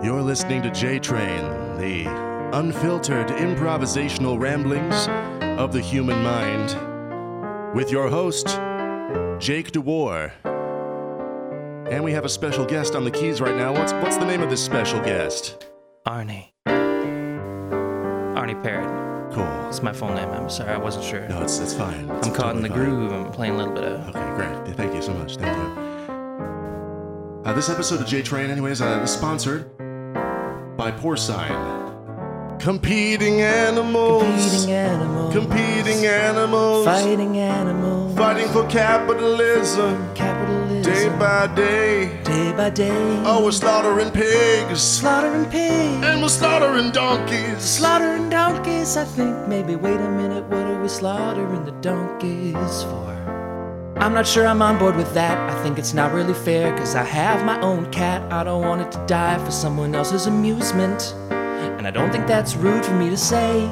You're listening to J Train, the unfiltered improvisational ramblings of the human mind, with your host, Jake DeWar. And we have a special guest on the keys right now. What's, what's the name of this special guest? Arnie. Arnie Parrott. Cool. That's my full name. I'm sorry, I wasn't sure. No, it's, it's fine. It's I'm caught totally in the fine. groove. I'm playing a little bit of. Okay, great. Thank you so much. Thank you. Uh, this episode of J Train, anyways, uh, is sponsored by Porcine. Competing animals. Competing animals. Competing animals. Fighting animals. Fighting for capitalism. Capitalism. Day by day. day by day. Oh, we're slaughtering pigs. Slaughtering pigs. And we're slaughtering donkeys. Slaughtering donkeys, I think maybe. Wait a minute, what are we slaughtering the donkeys for? I'm not sure I'm on board with that. I think it's not really fair, cause I have my own cat. I don't want it to die for someone else's amusement. And I don't think that's rude for me to say.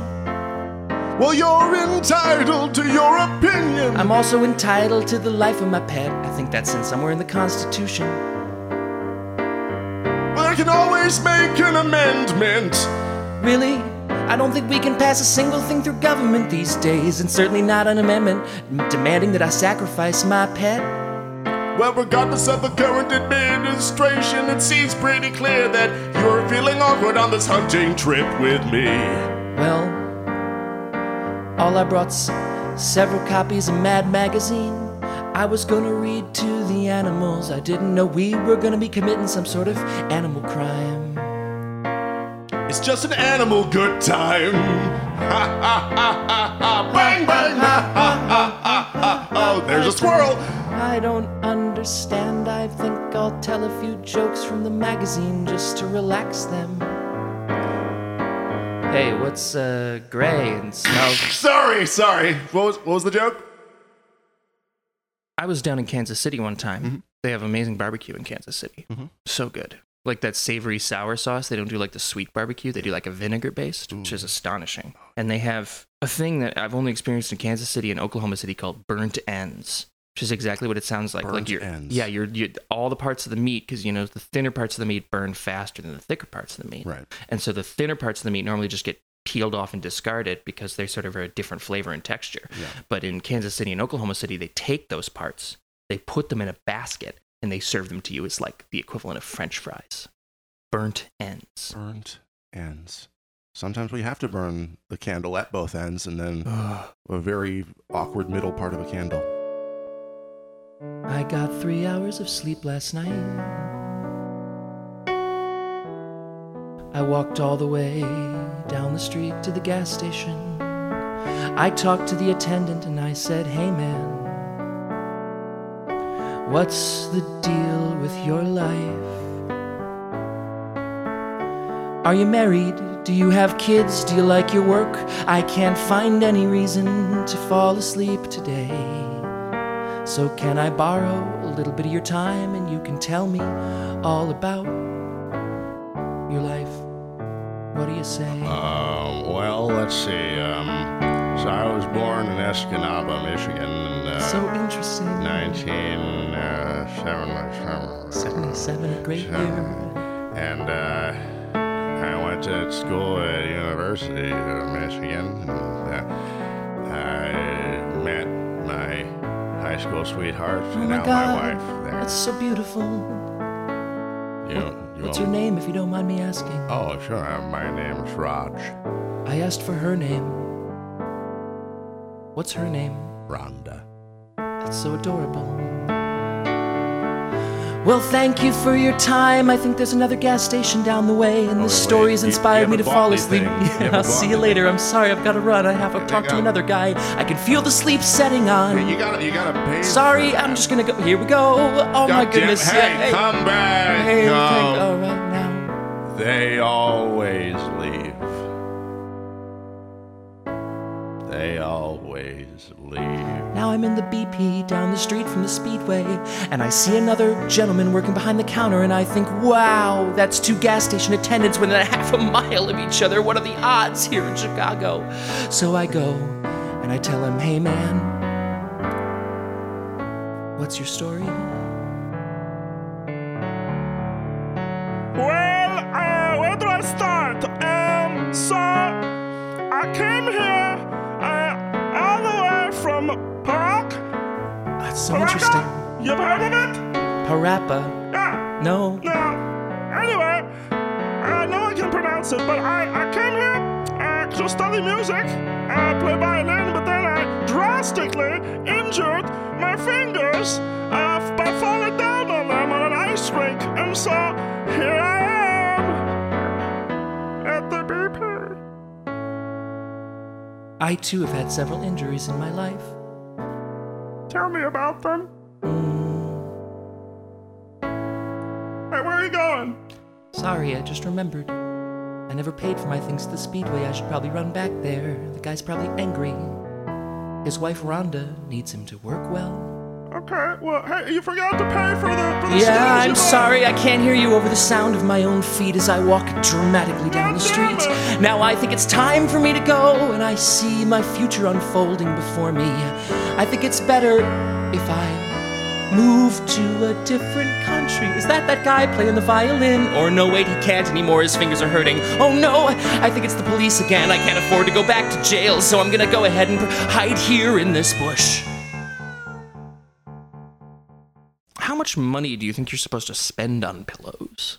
Well, you're entitled to your opinion. I'm also entitled to the life of my pet. I think that's in somewhere in the Constitution. But I can always make an amendment. Really? I don't think we can pass a single thing through government these days, and certainly not an amendment demanding that I sacrifice my pet. Well, regardless of the current administration, it seems pretty clear that you're feeling awkward on this hunting trip with me. Well, all I brought's several copies of Mad Magazine. I was gonna read to the animals. I didn't know we were gonna be committing some sort of animal crime. It's just an animal good time. Ha ha ha ha ha! Bang bang! Ha ha ha ha ha! Oh, there's a squirrel. I don't understand. I think I'll tell a few jokes from the magazine just to relax them. Hey, what's uh, gray and smells? Sorry, sorry. What was what was the joke? I was down in Kansas City one time. Mm-hmm. They have amazing barbecue in Kansas City. So good. Like that savory sour sauce. They don't do like the sweet barbecue. They do like a vinegar based, which is astonishing. And they have a thing that I've only experienced in Kansas City and Oklahoma City called burnt ends, which is exactly what it sounds like. Burnt like you're, ends. Yeah, you're, you all the parts of the meat because you know the thinner parts of the meat burn faster than the thicker parts of the meat. Right. And so the thinner parts of the meat normally just get peeled off and discarded because they're sort of a different flavor and texture. Yeah. But in Kansas City and Oklahoma City, they take those parts, they put them in a basket, and they serve them to you as like the equivalent of French fries. Burnt ends. Burnt ends. Sometimes we have to burn the candle at both ends, and then a very awkward middle part of a candle. I got three hours of sleep last night. I walked all the way down the street to the gas station. I talked to the attendant and I said, Hey man, what's the deal with your life? Are you married? Do you have kids? Do you like your work? I can't find any reason to fall asleep today. So, can I borrow a little bit of your time and you can tell me all about your life? What do you say? Um, well, let's see. Um, so I was born in Escanaba, Michigan in uh, so interesting. 1977. 77, a great year. And uh, I went to school at University of Michigan. And, uh, I met my high school sweetheart Oh and my now my God. wife. There. That's so beautiful. you, you What's want- her name, if you don't mind me asking? Oh, sure. uh, My name's Raj. I asked for her name. What's her name? Rhonda. That's so adorable. Well, thank you for your time. I think there's another gas station down the way, and Oh, this wait, story has you- you inspired me haven't to bought fall anything. asleep. You haven't I'll bought see you anything. later. I'm sorry, I've got to run. I have There to you talk to go. another guy. I can feel the sleep setting on. You gotta, you gotta pay. Sorry, I'm just gonna go. Here we go. Oh my God damn it. goodness. Hey, yeah, come back. Hey, thank- Come. all right now. They always leave. They always leave. Now I'm in the BP down the street from the speedway, and I see another gentleman working behind the counter, and I think, wow, that's two gas station attendants within a half a mile of each other. What are the odds here in Chicago? So I go and I tell him, hey man, what's your story? Well, I uh, Um, uh, so interesting. You've heard of it? Parappa. Yeah. No. Now, anyway, I know I can pronounce it, but I, I came here uh, to study music. I play violin, but then I drastically injured my fingers uh, by falling down on them on an ice rink. And so here I am at the BP. I too have had several injuries in my life. Tell me about them. Hey, where are you going? Sorry, I just remembered. I never paid for my things at the speedway. I should probably run back there. The guy's probably angry. His wife Rhonda needs him to work well. Okay, well, hey, you forgot to pay for the for the stairs Yeah, you I'm bought. sorry. I can't hear you over the sound of my own feet as I walk dramatically down the God damn street. Now I think it's time for me to go, and I see my future unfolding before me. I think it's better if I move to a different country. Is that that guy playing the violin? Or no, wait, he can't anymore. His fingers are hurting. Oh no, I think it's the police again. I can't afford to go back to jail, so I'm gonna go ahead and hide here in this bush. How much money do you think you're supposed to spend on pillows?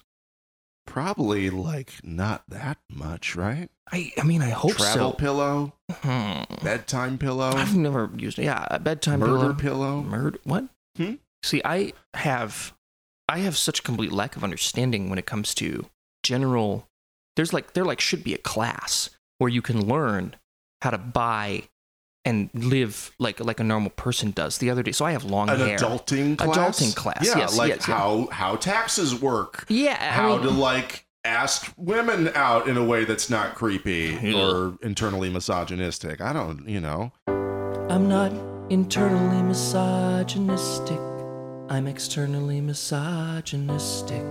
Probably like not that much, right? I, I mean, I hope Travel so. pillow, Hmm. bedtime pillow, I've never used it. Yeah, a bedtime Oh. murder pillow. pillow. Murder. What? Hmm? See, I have, I have such a complete lack of understanding when it comes to general. There's like there like should be a class where you can learn how to buy and live like like a normal person does. The other day, so I have long An hair. adulting class. Adulting class, Yeah, yes, like yes, yeah. how how taxes work. Yeah. I how mean- to like ask women out in a way that's not creepy Yeah. or internally misogynistic. I don't, you know. I'm not internally misogynistic. I'm externally misogynistic.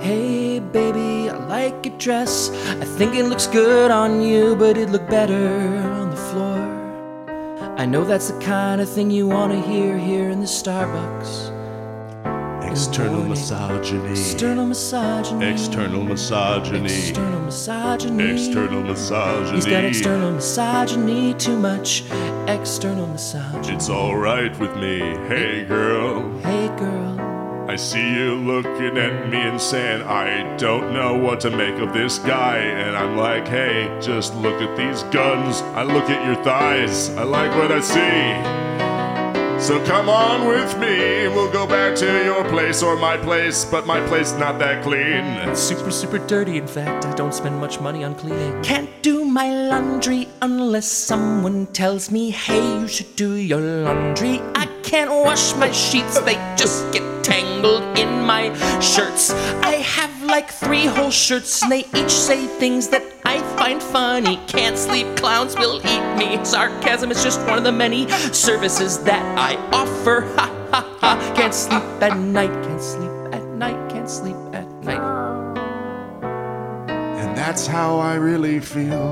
Hey, baby, I like your dress. I think it looks good on you, but it'd look better on the floor. I know that's the kind of thing you want to hear here in the Starbucks. External morning. misogyny. External misogyny. External misogyny. External misogyny. External misogyny. He's got external misogyny too much. External misogyny. It's all right with me. Hey, girl. Hey girl, I see you looking at me and saying, I don't know what to make of this guy. And I'm like, hey, just look at these guns. I look at your thighs. I like what I see. So come on with me. We'll go back to your place or my place, but my place not that clean. it's super super dirty. In fact, I don't spend much money on cleaning. Can't do my laundry unless someone tells me, hey, you should do your laundry. I can't wash my sheets; they just get tangled in my shirts. I have like three whole shirts, and they each say things that I find funny. Can't sleep, clowns will eat me. Sarcasm is just one of the many services that I offer. Ha ha ha. Can't sleep at night, can't sleep at night, can't sleep at night. And that's how I really feel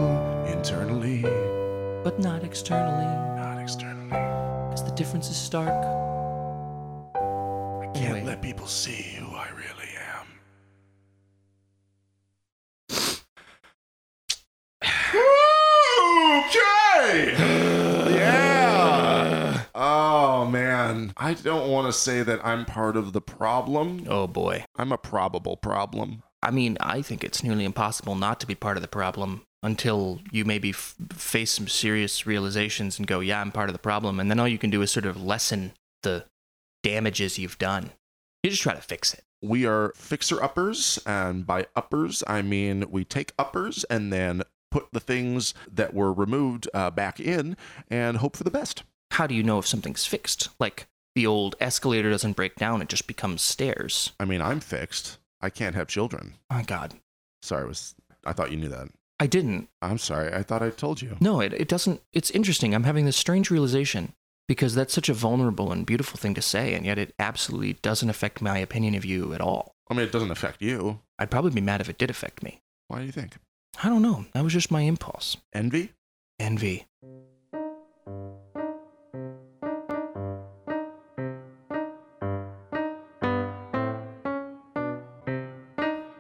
internally, But not externally, not externally. because the difference is stark. I Anyway. let people see who I really am. Okay. yeah. Oh man, I don't want to say that I'm part of the problem. Oh boy. I'm a probable problem. I mean, I think it's nearly impossible not to be part of the problem until you maybe f- face some serious realizations and go, yeah, I'm part of the problem. And then all you can do is sort of lessen the damages you've done. You just try to fix it. We are fixer uppers, and by uppers, I mean we take uppers and then put the things that were removed uh, back in and hope for the best. How do you know if something's fixed? Like, the old escalator doesn't break down, it just becomes stairs. I mean, I'm fixed. I can't have children. Oh, God. Sorry, I was I thought you knew that. I didn't. I'm sorry. I thought I told you. No, it, it doesn't. It's interesting. I'm having this strange realization because that's such a vulnerable and beautiful thing to say, and yet it absolutely doesn't affect my opinion of you at all. I mean, it doesn't affect you. I'd probably be mad if it did affect me. Why do you think? I don't know. That was just my impulse. Envy? Envy.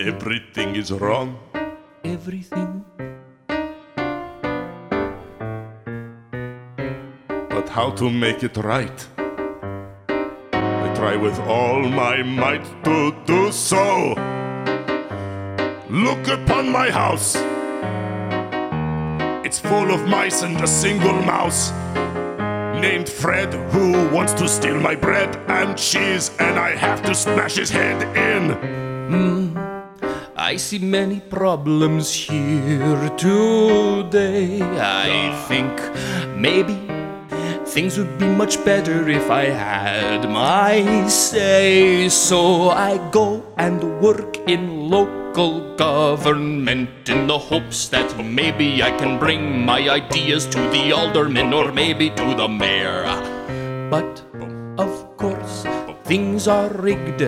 Everything is wrong. Everything. But how to make it right. I try with all my might to do so. Look upon my house. It's full of mice and a single mouse named Fred who wants to steal my bread and cheese, and I have to smash his head in. I see many problems here today. I think maybe things would be much better if I had my say. So I go and work in local government in the hopes that maybe I can bring my ideas to the alderman or maybe to the mayor. But of course, things are rigged.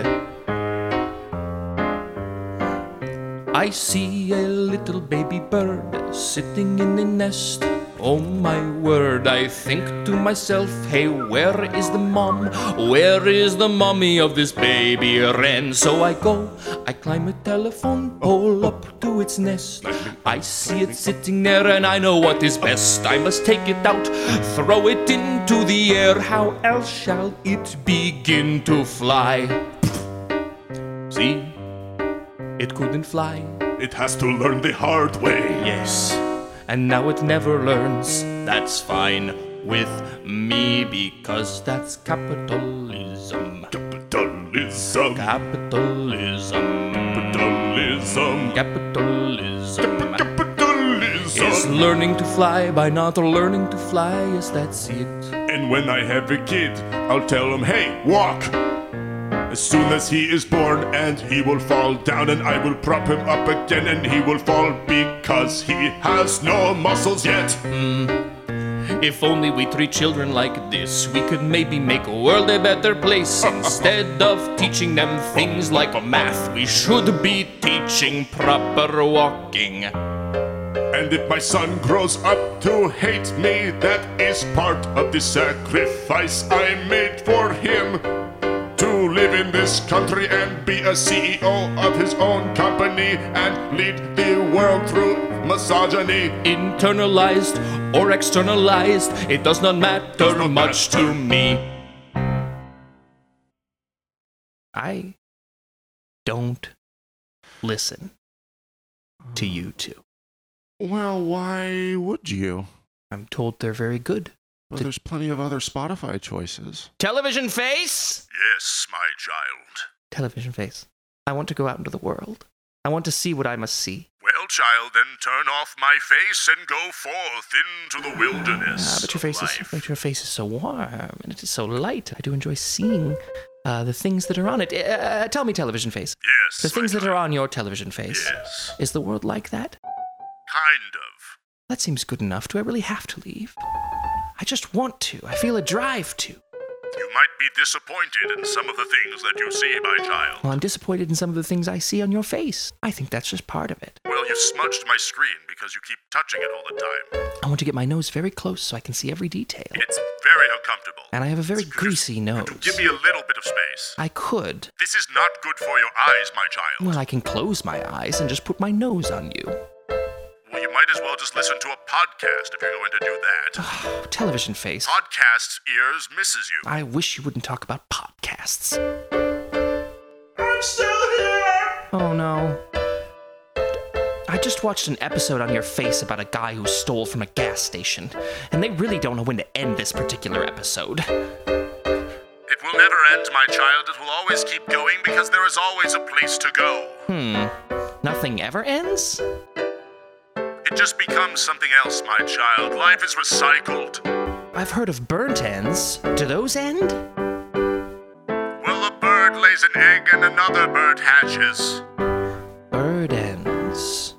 I see a little baby bird sitting in a nest. Oh my word, I think to myself, hey, where is the mom? Where is the mommy of this baby wren? So I go, I climb a telephone pole up to its nest. I see it sitting there and I know what is best. I must take it out, throw it into the air. How else shall it begin to fly? See, it couldn't fly. It has to learn the hard way. Yes, and now it never learns. That's fine with me because that's capitalism. Capitalism. Capitalism. Capitalism. Capitalism. Is Capitalism. learning to fly by not learning to fly. Yes, that's it. And when I have a kid, I'll tell him, hey, walk. As soon as he is born, and he will fall down, and I will prop him up again, and he will fall because he has no muscles yet. If only we treat children like this, we could maybe make a world a better place. Instead of teaching them things like math, we should be teaching proper walking. And if my son grows up to hate me, that is part of the sacrifice I made for him. To live in this country and be a CEO of his own company and lead the world through misogyny. internalized or externalized, it does not matter Does not much to matter. me. I don't listen to you two. Well, why would you? I'm told they're very good. Well, there's plenty of other Spotify choices. Television face! Yes, my child. Television face. I want to go out into the world. I want to see what I must see. Well, child, then turn off my face and go forth into the Ah, wilderness. but your face is but your face is so warm and it is so light. I do enjoy seeing uh, the things that are on it. Uh, tell me, television face, Yes. the things that are on your television face. Yes. Is the world like that? Kind of. That seems good enough. Do I really have to leave? I just want to. I feel a drive to. You might be disappointed in some of the things that you see, my child. Well, I'm disappointed in some of the things I see on your face. I think that's just part of it. Well, you smudged my screen because you keep touching it all the time. I want to get my nose very close so I can see every detail. It's very uncomfortable. And I have a very greasy nose. Give me a little bit of space. I could. This is not good for your eyes, my child. Well, I can close my eyes and just put my nose on you. Well, you might as well just listen to a podcast if you're going to do that. Oh, Television face. Podcasts ears misses you. I wish you wouldn't talk about podcasts. I'm still here. Oh no. I just watched an episode on your face about a guy who stole from a gas station, and they really don't know when to end this particular episode. It will never end, my child. It will always keep going because there is always a place to go. Nothing ever ends? It just becomes something else, my child. Life is recycled. I've heard of burnt ends. Do those end? Well, a bird lays an egg and another bird hatches. Bird ends.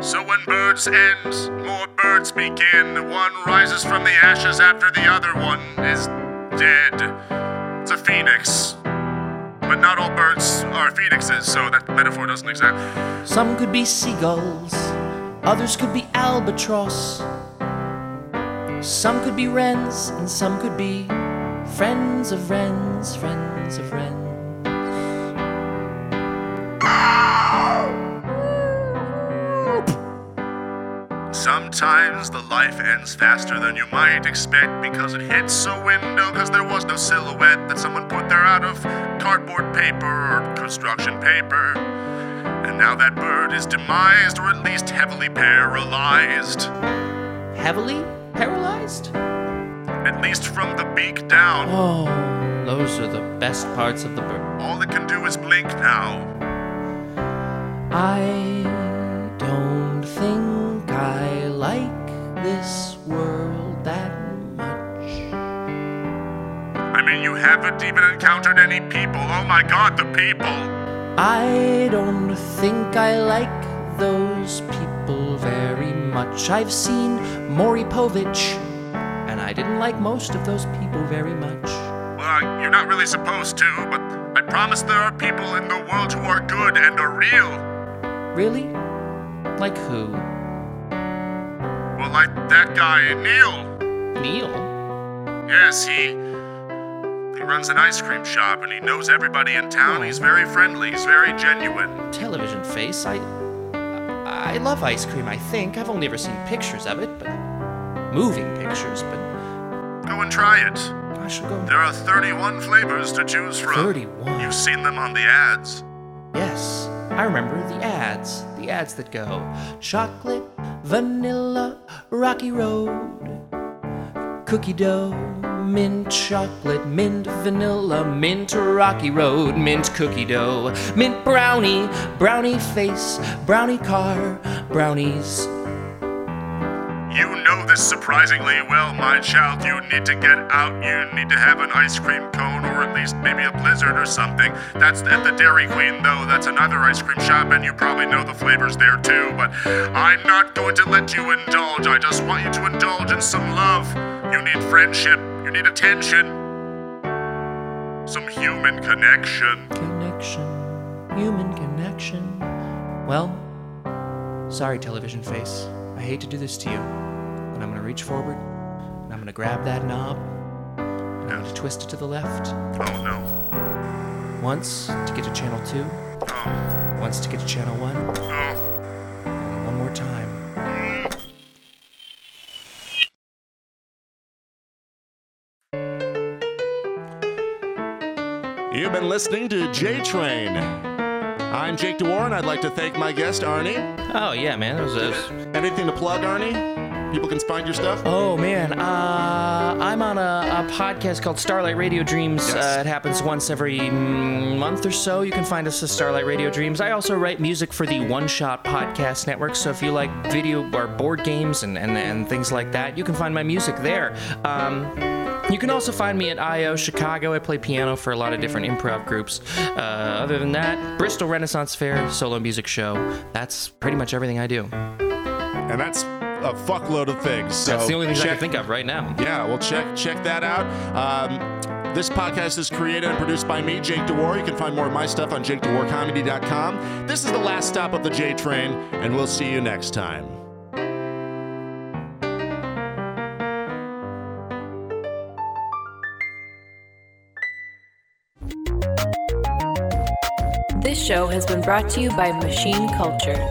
So when birds end, more birds begin. One rises from the ashes after the other one is dead. It's a phoenix. But not all birds are phoenixes, so that metaphor doesn't exist. Some could be seagulls, others could be albatross. Some could be wrens, and some could be friends of wrens, friends of wrens. Some Sometimes the life ends faster than you might expect because it hits a window because there was no silhouette that someone put there out of cardboard paper or construction paper. And now that bird is demised or at least heavily paralyzed. Heavily paralyzed? At least from the beak down. Oh, those are the best parts of the bird. All it can do is blink now. I don't think I like this world that much. I mean, you haven't even encountered any people. Oh my god, the people! I don't think I like those people very much. I've seen Maury Povich, and I didn't like most of those people very much. Well, you're not really supposed to, but I promise there are people in the world who are good and are real. Really? Like who? Well, like that guy, Neil. Neil? Yes, he. He runs an ice cream shop and he knows everybody in town. He's very friendly, he's very genuine. Television face. I. I love ice cream, I think. I've only ever seen pictures of it, but. Moving pictures, but. Go and try it. I should go. There are 31 flavors to choose from. 31. You've seen them on the ads. Yes, I remember the ads. The ads that go chocolate, vanilla, rocky road, cookie dough, mint chocolate, mint vanilla, mint rocky road, mint cookie dough, mint brownie, brownie face, brownie car, brownies. You know this surprisingly well, my child. You need to get out. You need to have an ice cream cone or at least maybe a blizzard or something. That's at the Dairy Queen, though. That's another ice cream shop, and you probably know the flavors there, too. But I'm not going to let you indulge. I just want you to indulge in some love. You need friendship. You need attention. Some human connection. Connection, human connection. Well, sorry, television face. I hate to do this to you. But I'm gonna reach forward, and I'm gonna grab that knob, and I'm gonna twist it to the left. Oh, no. Once to get to channel two, Oh, once to get to channel one, oh. and one more time. You've been listening to J Train. I'm Jake DeWar, and I'd like to thank my guest, Arnie. Oh yeah, man, that was. That was... Anything to plug, Arnie? People can find your stuff? Oh man, uh, I'm on a, a podcast called Starlight Radio Dreams. Yes. Uh, it happens once every mm, month or so. You can find us at Starlight Radio Dreams. I also write music for the One Shot Podcast Network. So if you like video or board games and, and, and things like that, you can find my music there. Um, you can also find me at IO Chicago. I play piano for a lot of different improv groups. Uh, other than that, Bristol Renaissance Fair, solo music show. That's pretty much everything I do. And that's a fuckload of things. So That's the only things I check, can think of right now. Yeah, well, check check that out. Um, this podcast is created and produced by me, Jake DeWar. You can find more of my stuff on jakedewarcomedy.com. This is the last stop of the J Train, and we'll see you next time. This show has been brought to you by Machine Culture.